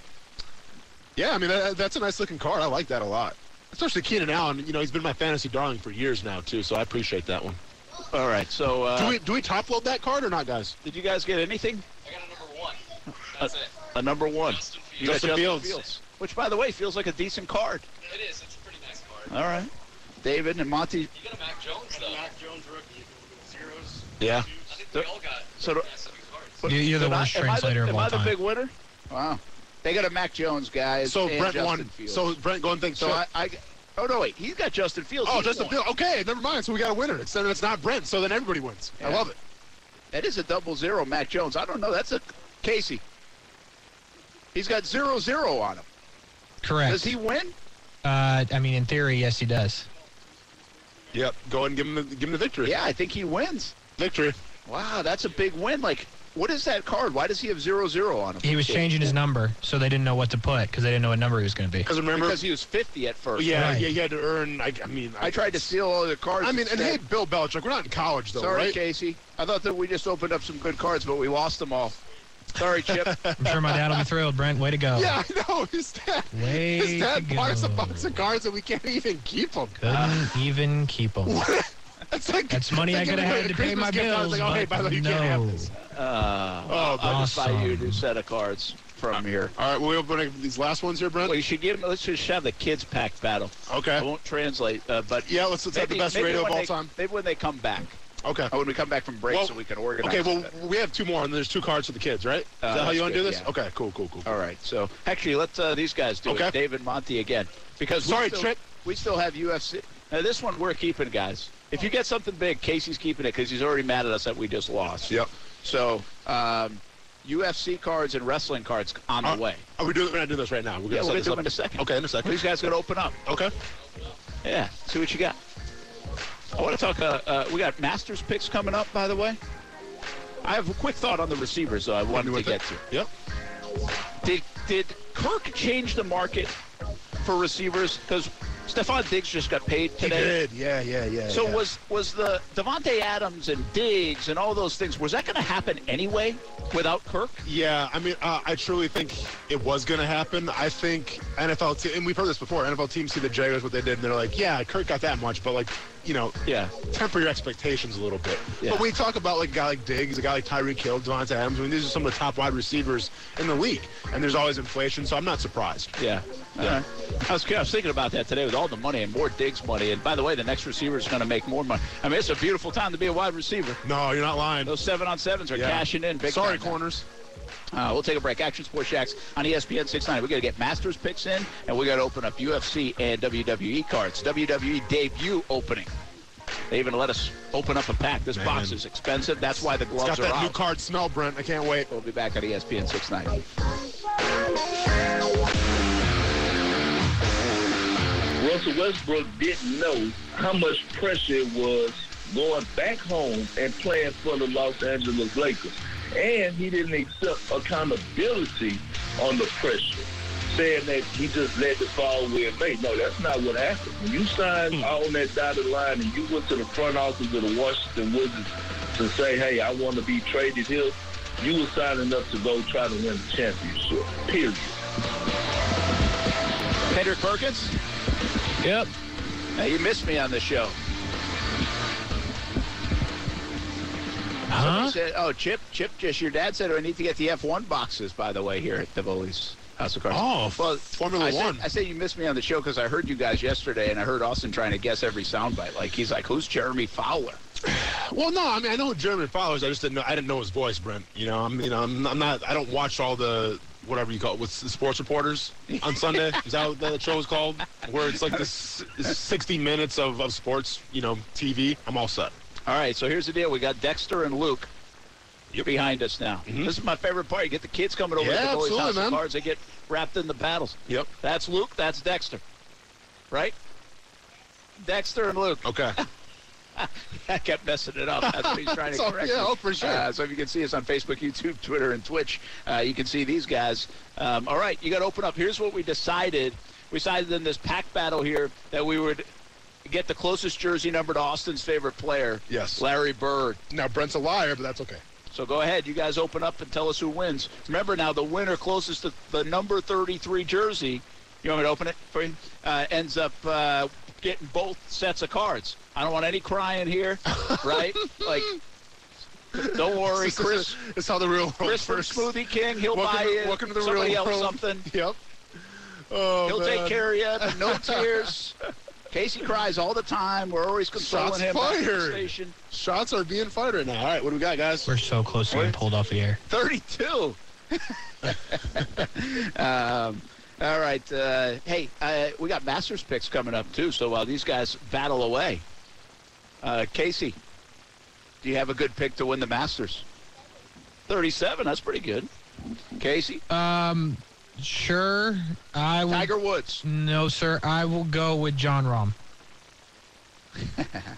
Yeah, I mean that, that's a nice looking card. I like that a lot. Especially Keenan Allen. You know he's been my fantasy darling for years now too, so I appreciate that one. All right. So, uh, do we do we top load that card or not, guys? did you guys get anything? I got a number one. That's it. A number one. Justin You Fields. got Justin Fields. Which, by the way, feels like a decent card. It is. It's a pretty nice card. All right. David and Monty. You got a Mac Jones though. Mac Jones rookie. Zeros. Yeah. I think we all got. So do- massive cards. You- You're the Am I- worst am I translator the, of all Am I time. the big winner? Wow. They got a Mac Jones, guys. So and Brent Justin won. Fields. So Brent going thing. So I, I. Oh no, wait. He's got Justin Fields. oh, He just a won. Field. Okay, never mind. So we got a winner. It's then it's not Brent. So then everybody wins. I Yeah. love it. That is a double zero, Mac Jones. I don't know. That's a Casey. He's got zero zero on him. Correct. Does he win? Uh, I mean, in theory, yes, he does. Yep. Go and give him the, give him the victory. Yeah, I think he wins. Victory. Wow, that's a big win. Like, what is that card? Why does he have zero zero on him? He was changing his number, so they didn't know what to put because they didn't know what number he was going to be. Because remember. because he was fifty at first. yeah, Right. yeah, he had to earn. I, I mean, I tried to steal all the cards. I mean, and hey, instead. Bill Belichick, we're not in college though, sorry, right? Casey. I thought that we just opened up some good cards, but we lost them all. Sorry, Chip. Uh, I'm sure my dad will be thrilled. Brent, way to go. Yeah, I know. His dad, Way his dad to bought us a go. box of cards and we can't even keep them. Couldn't even keep him. That's like That's money I like could have everybody had at to pay Christmas my gift, I was bills. Like, oh, hey, but by the way, you no. can't have this. Uh, but- I'll just buy you a Awesome. new set of cards Uh, from here. All right, we'll open up these last ones here, Brent. Well, you should give. Let's just have the kids pack battle. I Okay. won't translate, uh, but Uh, Yeah, let's, let's have the Maybe- best maybe radio of when all they- time. Maybe when they come back, Okay. uh, when we come back from break, Well, so we can organize. Okay, well, it better. we have two more, and there's two cards for the kids, right? Is Uh, that how you that's want to do good, this? yeah. Okay, cool, cool, cool. all right. So actually, let uh, these guys do Okay. it. David Monty again, because we Sorry, still, Trent. We still have UFC. Now this one we're keeping, guys. If you get something big, Casey's keeping it because he's already mad at us that we just lost. Yep. So um, UFC cards and wrestling cards on the Are- way. Are we doing? Oh, We're not doing this right now. We're Yeah, we're gonna set gonna this do up them in a second. Okay, in a second. These guys gonna open up. Okay. Yeah. See what you got. I want to talk. Uh, uh, we got Masters picks coming up, by the way. I have a quick thought on the receivers. Though I wanted to With get it. to. Yep. Did did Kirk change the market for receivers? Because Stephon Diggs just got paid He today. did. Yeah, yeah, yeah. So yeah. was was the Devonte Adams and Diggs and all those things? Was that going to happen anyway without Kirk? Yeah, I mean, uh, I truly think it was going to happen. I think NFL team, and we've heard this before. NFL teams see the Jaguars what they did, and they're like, "Yeah, Kirk got that much, but like, you know, Yeah. temper your expectations a little bit." Yeah. But when you talk about like a guy like Diggs, a guy like Tyreek Hill, Devonta Adams, I mean, these are some of the top wide receivers in the league, and there's always inflation, so I'm not surprised. Yeah. All right. I was, I was thinking about that today with all the money and more Diggs money. And by the way, the next receiver is going to make more money. I mean, it's a beautiful time to be a wide receiver. No, you're not lying. Those seven on sevens are Yeah. cashing in big Sorry, time now. corners. Uh, we'll take a break. Action Sports Shacks on E ESPN 69. We got to get Masters picks in, and we got to open up UFC and WWE cards. WWE debut opening. They even let us open up a pack. This box Man. is expensive. That's why the gloves Got are that out. new card smell, Brent. I can't wait. We'll be back on E ESPN 690. Russell Westbrook didn't know how much pressure it was going back home and playing for the Los Angeles Lakers. And he didn't accept accountability on the pressure, saying that he just let the fall where it may. No, that's not what happened. When you signed on that dotted line and you went to the front office of the Washington Wizards to say, hey, I want to be traded here, you were signing up to go try to win the championship, period. Kendrick Perkins? Yep. Hey, you missed me on the show. Somebody Said, oh, Chip, Chip, just your dad said I need to get the F1 boxes, by the way, here at the Bullies House of Cards. Oh, well, Formula I said- One. I said you missed me on the show because I heard you guys yesterday, and I heard Austin trying to guess every soundbite. Like, he's like, who's Jeremy Fowler? Well, no, I mean I know who Jeremy follows. I just didn't know I didn't know his voice, Brent. You know, I'm you know I'm, I'm not I don't watch all the whatever you call it with the sports reporters on Sunday. Is that what that show is called? Where it's like this 60 minutes of, of sports, you know, TV. I'm all set. All right, so here's the deal. We got Dexter and Luke behind us now. This is my favorite part. You get the kids coming over Mm-hmm. Yeah, to the Bullies absolutely, House man. of Cards. They get wrapped in the battles. Yep. That's Luke. That's Dexter. Right? Dexter and Luke. Okay. I kept messing it up. That's what he's trying to So, correct. yeah, me. oh, for sure. Uh, so if you can see us on Facebook, YouTube, Twitter, and Twitch, uh, you can see these guys. Um, all right, you got to open up. Here's what we decided. We decided in this pack battle here that we would get the closest jersey number to Austin's favorite player. Yes. Larry Bird. Now Brent's a liar, but that's okay. So go ahead, you guys open up and tell us who wins. Remember now, the winner closest to the number 33 jersey, you want me to open it for you, uh, ends up uh, getting both sets of cards. I don't want any crying here, right? like, don't worry, This is- Chris. It's how the real world Chris from works. Smoothie King, he'll Welcome buy to- you welcome to the somebody real else world. something. Yep. Oh, he'll man. take care of you, but no tears. Casey cries all the time. We're always consoling Shots him. back at the fired. station. Shots are being fired right now. All right, what do we got, guys? We're so close to being pulled off the air. 32. um, all right. Uh, hey, uh, we got Masters picks coming up, too. So while these guys battle away, uh, Casey, do you have a good pick to win the Masters? 37. That's pretty good. Casey? Um, sure. I will. Tiger Woods. No, sir. I will go with John Rom.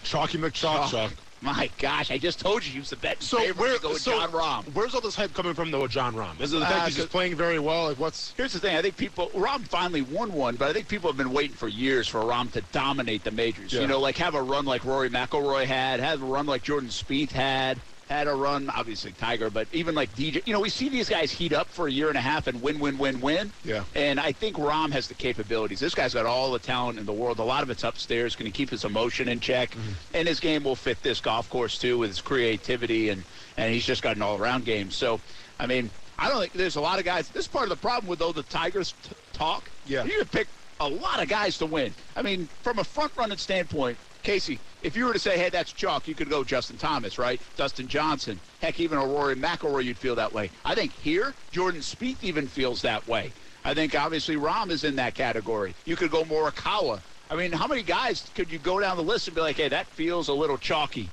Chalky McChalk Chalk. My gosh, I just told you he was the bet So favorite where to go with so John Rahm. Where's all this hype coming from though, with John Rom? Is it the fact Uh, he's just good- playing very well? Like what's Here's the thing. I think people, Rom finally won one, but I think people have been waiting for years for Rom to dominate the majors. Yeah. You know, like have a run like Rory McIlroy had, have a run like Jordan Spieth had, had a run, obviously Tiger, but even like DJ. You know, we see these guys heat up for a year and a half and win, win, win, win. Yeah. And I think Rom has the capabilities. This guy's got all the talent in the world. A lot of it's upstairs. Going to keep his emotion in check, Mm-hmm. and his game will fit this golf course too with his creativity and and he's just got an all around game. So, I mean, I don't think there's a lot of guys. This is part of the problem with all the Tigers t- talk. Yeah. you could pick a lot of guys to win. I mean, from a front running standpoint, Casey, if you were to say, hey, that's chalk, you could go Justin Thomas, right? Dustin Johnson. Heck, even a Rory McIlroy, you'd feel that way. I think here, Jordan Spieth even feels that way. I think obviously Rahm is in that category. You could go Morikawa. I mean, how many guys could you go down the list and be like, hey, that feels a little chalky?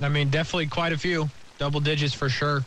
I mean, definitely quite a few. Double digits for sure.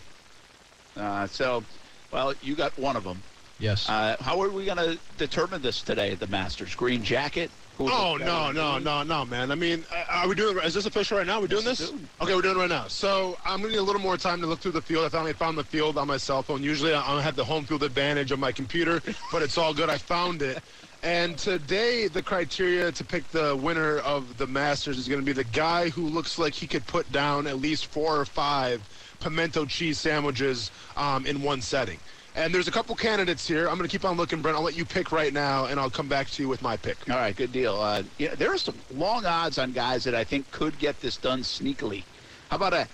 Uh, so, well, you got one of them. Yes. Uh, how are we going to determine this today at the Masters? Green jacket? Who- Oh no no no no man! I mean, uh, are we doing? Is this official right now? We're doing Yes, this? dude. Okay, we're doing it right now. So I'm gonna need a little more time to look through the field. I finally found the field on my cell phone. Usually I I have the home field advantage on my computer, but it's all good. I found it. And today the criteria to pick the winner of the Masters is gonna be the guy who looks like he could put down at least four or five pimento cheese sandwiches um, in one setting. And there's a couple candidates here. I'm gonna keep on looking, Brent. I'll let you pick right now, and I'll come back to you with my pick. All right, good deal. Uh, you know, there are some long odds on guys that I think could get this done sneakily. How about a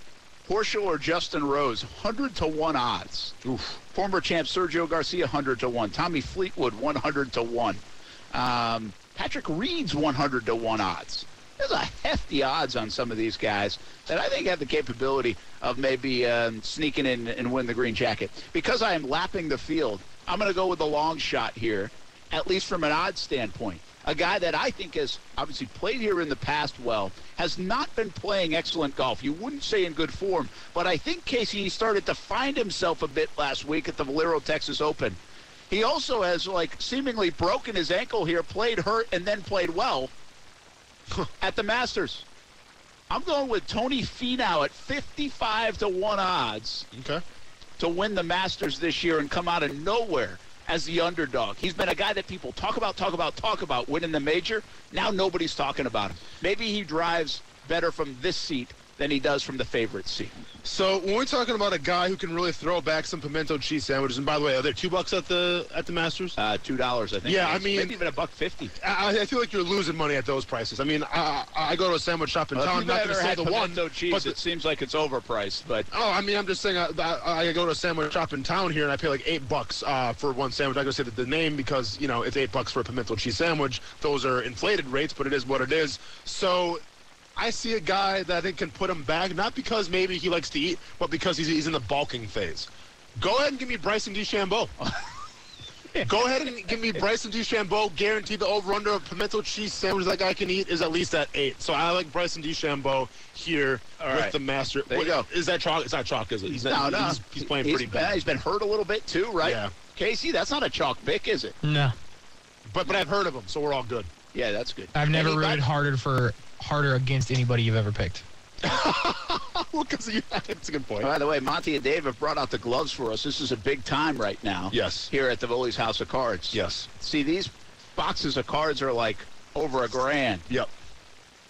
Horschel or Justin Rose? 100 to 1 odds. Former champ Sergio Garcia, 100 to 1. Tommy Fleetwood, 100 to 1. Um, Patrick Reed's 100 to 1 odds. There's a hefty odds on some of these guys that I think have the capability of maybe um, sneaking in and win the green jacket. Because I am lapping the field, I'm going to go with the long shot here, at least from an odds standpoint. A guy that I think has obviously played here in the past well, has not been playing excellent golf. You wouldn't say in good form, but I think Casey he started to find himself a bit last week at the Valero Texas Open. He also has like seemingly broken his ankle here, played hurt, and then played well at the Masters. I'm going with Tony Finau at 55 to one odds. Okay. To win the Masters this year and come out of nowhere as the underdog. He's been a guy that people talk about, talk about, talk about winning the major. Now nobody's talking about him. Maybe he drives better from this seat than he does from the favorite seat. So when we're talking about a guy who can really throw back some pimento cheese sandwiches, and by the way, are there two bucks at the at the Masters? Uh, two dollars, I think. Yeah, I mean, maybe even a buck fifty. I, I feel like you're losing money at those prices. I mean, I, I I go to a sandwich shop in Well, if town. you've I'm not going ever to say had the one, pimento cheese, but it seems like it's overpriced. But Oh, I mean, I'm just saying, uh, I, I go to a sandwich shop in town here, and I pay like eight bucks uh, for one sandwich. I go say the, the name because you know it's eight bucks for a pimento cheese sandwich. Those are inflated rates, but it is what it is. So, I see a guy that I think can put him back, not because maybe he likes to eat, but because he's, he's in the bulking phase. Go ahead and give me Bryson DeChambeau. go ahead and give me Bryson DeChambeau. Guaranteed the over/under of pimento cheese sandwich that guy can eat is at least at eight. So I like Bryson DeChambeau here All with right. the master. There you Wait, go. Is that chalk? It's not chalk, is it? He's, no, not, no, he's, he's playing pretty been- bad. He's been hurt a little bit too, right? Yeah. Casey, that's not a chalk pick, is it? No. But but I've heard of him, so we're all good. Yeah, that's good. I've never And he rooted harder for harder against anybody you've ever picked. well, because that's a good point. By the way, Monty and Dave have brought out the gloves for us. This is a big time right now. Yes. Here at the Voli's House of Cards. Yes. See, these boxes of cards are like over a grand. Yep.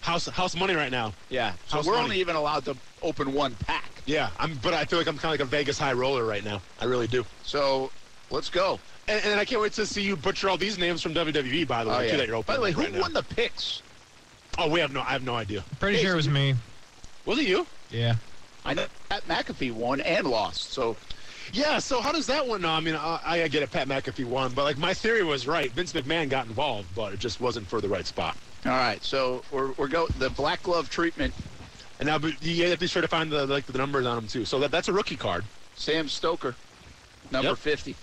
House house money right now. Yeah. So House we're money. only even allowed to open one pack. Yeah, I'm. But I feel like I'm kind of like a Vegas high roller right now. I really do. So let's go. And, and I can't wait to see you butcher all these names from WWE. By the way, Oh, too, yeah. that you're open. By the way, who right now. won the picks? Oh, we have no. I have no idea. Pretty sure it was me. Was it you? Yeah. I know Pat McAfee won and lost. So Yeah. So how does that one? No, I mean, I, I get it. Pat McAfee won, but like my theory was right. Vince McMahon got involved, but it just wasn't for the right spot. all right. So we're we're go the black glove treatment. And now, but you have to be sure to find the like the numbers on them too. So that, that's a rookie card. Sam Stoker, number Yep. fifty.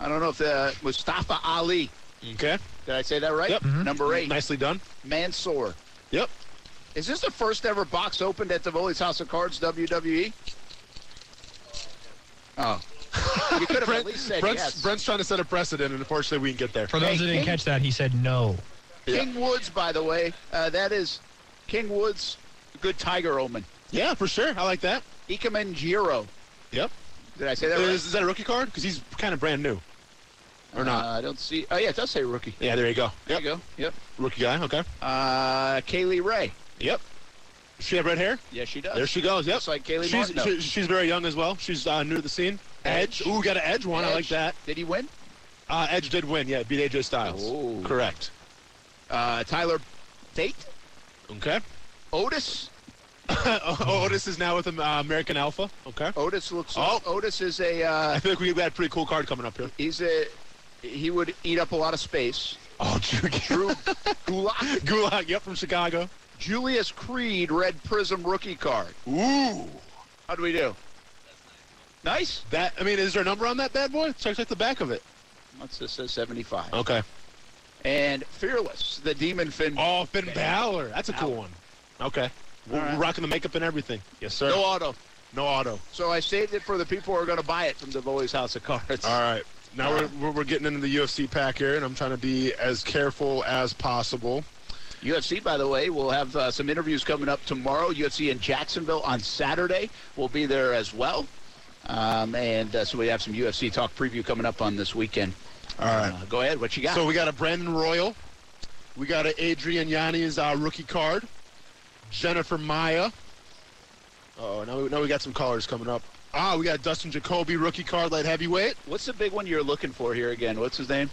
I don't know if the Mustafa Ali. Okay. Did I say that right? Yep. Mm-hmm. Number eight. Nicely done. Mansoor. Yep. Is this the first ever box opened at Tivoli's House of Cards WWE? Oh. You could have at least said Brent's, yes. Brent's trying to set a precedent, and unfortunately, we didn't get there. For those Hey, that didn't King- catch that, he said no. King Woods, by the way, uh, that is King Woods, good tiger omen. Yeah, for sure. I like that. Ika Manjiro. Yep. Did I say that Is, right? is that a rookie card? Because he's kind of brand new. Or not. Uh, I don't see. Oh, yeah, it does say rookie. yeah, there you go. There you go. Yep. Rookie guy. Okay. Uh, Kaylee Ray. Yep. She have red hair. Yeah, she does. There she goes. Yep. Just Uh, like Kaylee she's, Martineau. she- she's very young as well. She's uh, new to the scene. Edge. Edge. Ooh, we got an Edge one. I like Edge. that. Did he win? Uh, Edge did win. Yeah, beat AJ Styles. Ooh. Correct. Uh, Tyler Fate. Okay. Otis. oh, Otis is now with um, uh, American Alpha. Okay. Otis looks. Oh. Otis is a. Uh, I feel like we got a pretty cool card coming up here. he's a. He would eat up a lot of space. Oh, Drew Drew Gulak. Gulak. Yep, from Chicago. Julius Creed, Red Prism rookie card. Ooh. How do we do? Nice. That. I mean, is there a number on that bad boy? Check out the back of it. What's this? Says 75. Okay. And Fearless, the Demon Finn. Oh, Finn Balor. That's a cool Balor. one. Okay. We're All right. rocking the makeup and everything. Yes, sir. No auto. No auto. So I saved it for the people who are going to buy it from the Boys House of Cards. All right. Now we're, we're, we're getting into the UFC pack here, and I'm trying to be as careful as possible. UFC, by the way, will have uh, some interviews coming up tomorrow. UFC in Jacksonville on Saturday. We'll be there as well. Um, and uh, so we have some UFC talk preview coming up on this weekend. All right. Uh, go ahead. What you got? So we got a Brandon Royal. We got a Adrian Yanni's uh, rookie card. Jennifer Maya. Oh, now we, now we got some callers coming up. Ah, we got Dustin Jacoby, rookie card, light heavyweight. What's the big one you're looking for here again? What's his name?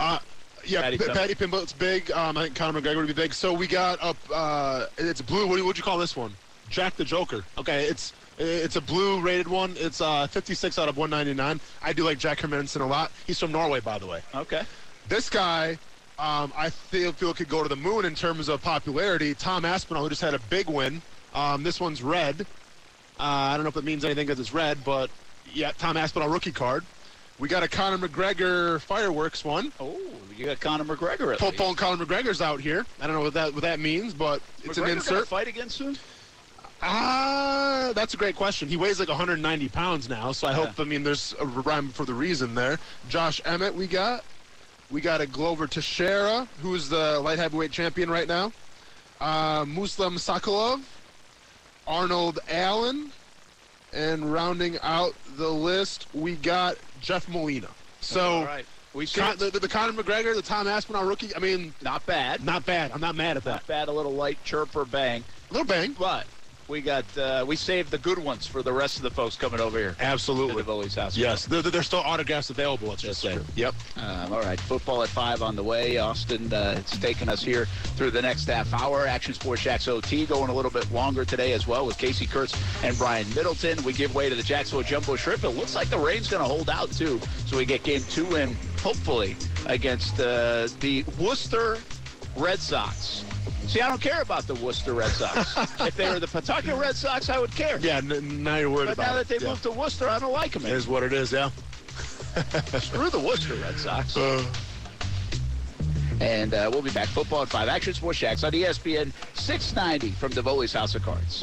Uh, yeah, Patty Patty, Pimble. Patty Pimblett's big. Um, I think Conor McGregor would be big. So we got up. Uh, it's blue. What do you- what'd you call this one? Jack the Joker. Okay, it's it's a blue rated one. It's uh, 56 out of 199. I do like Jack Hermanson a lot. He's from Norway, by the way. Okay. This guy, um, I feel, feel could go to the moon in terms of popularity. Tom Aspinall, who just had a big win. Um, this one's red. Uh, I don't know if it means anything because it's red, but yeah, Tom Aspinall rookie card. We got a Conor McGregor fireworks one. Oh, you got Conor McGregor at least. Popone Colin McGregor's out here. I don't know what that what that means, but it's McGregor an gonna insert. fight again soon? Ah, that's a great question. He weighs like 190 pounds now, so I hope. I mean, there's a rhyme for the reason there. Josh Emmett, we got. We got a Glover Teixeira, who is the light heavyweight champion right now. Uh, Muslim Sokolov, Arnold Allen, and rounding out the list, we got Jeff Molina. So, All right. We Con- see- the, the, the Conor McGregor, the Tom Aspinall rookie. I mean, not bad. Not bad. I'm not mad at that. Not bad, a little light chirper bang. A little bang. But we got uh, we saved the good ones for the rest of the folks coming over here. Absolutely. To the Bullies house. Yes, there, there's still autographs available. Let's just say. Yep. Um, all right, football at five on the way. Austin, uh, it's taken us here through the next half hour. Action Sports Jacks OT going a little bit longer today as well with Casey Kurtz and Brian Middleton. We give way to the Jacksonville Jumbo Shrimp. It looks like the rain's going to hold out too, so we get game two in hopefully against uh, the Worcester Red Sox. See, I don't care about the Worcester Red Sox. if they were the Pawtucket Red Sox, I would care. Yeah. N- now you're worried But about. now that they it. Yeah. moved to Worcester, I don't like them. It is what it is. Yeah. Screw the Worcester Red Sox. Uh. And uh, we'll be back. Football at 5. Action Sports Shacks on E ESPN 690 from DeVoli's House of Cards.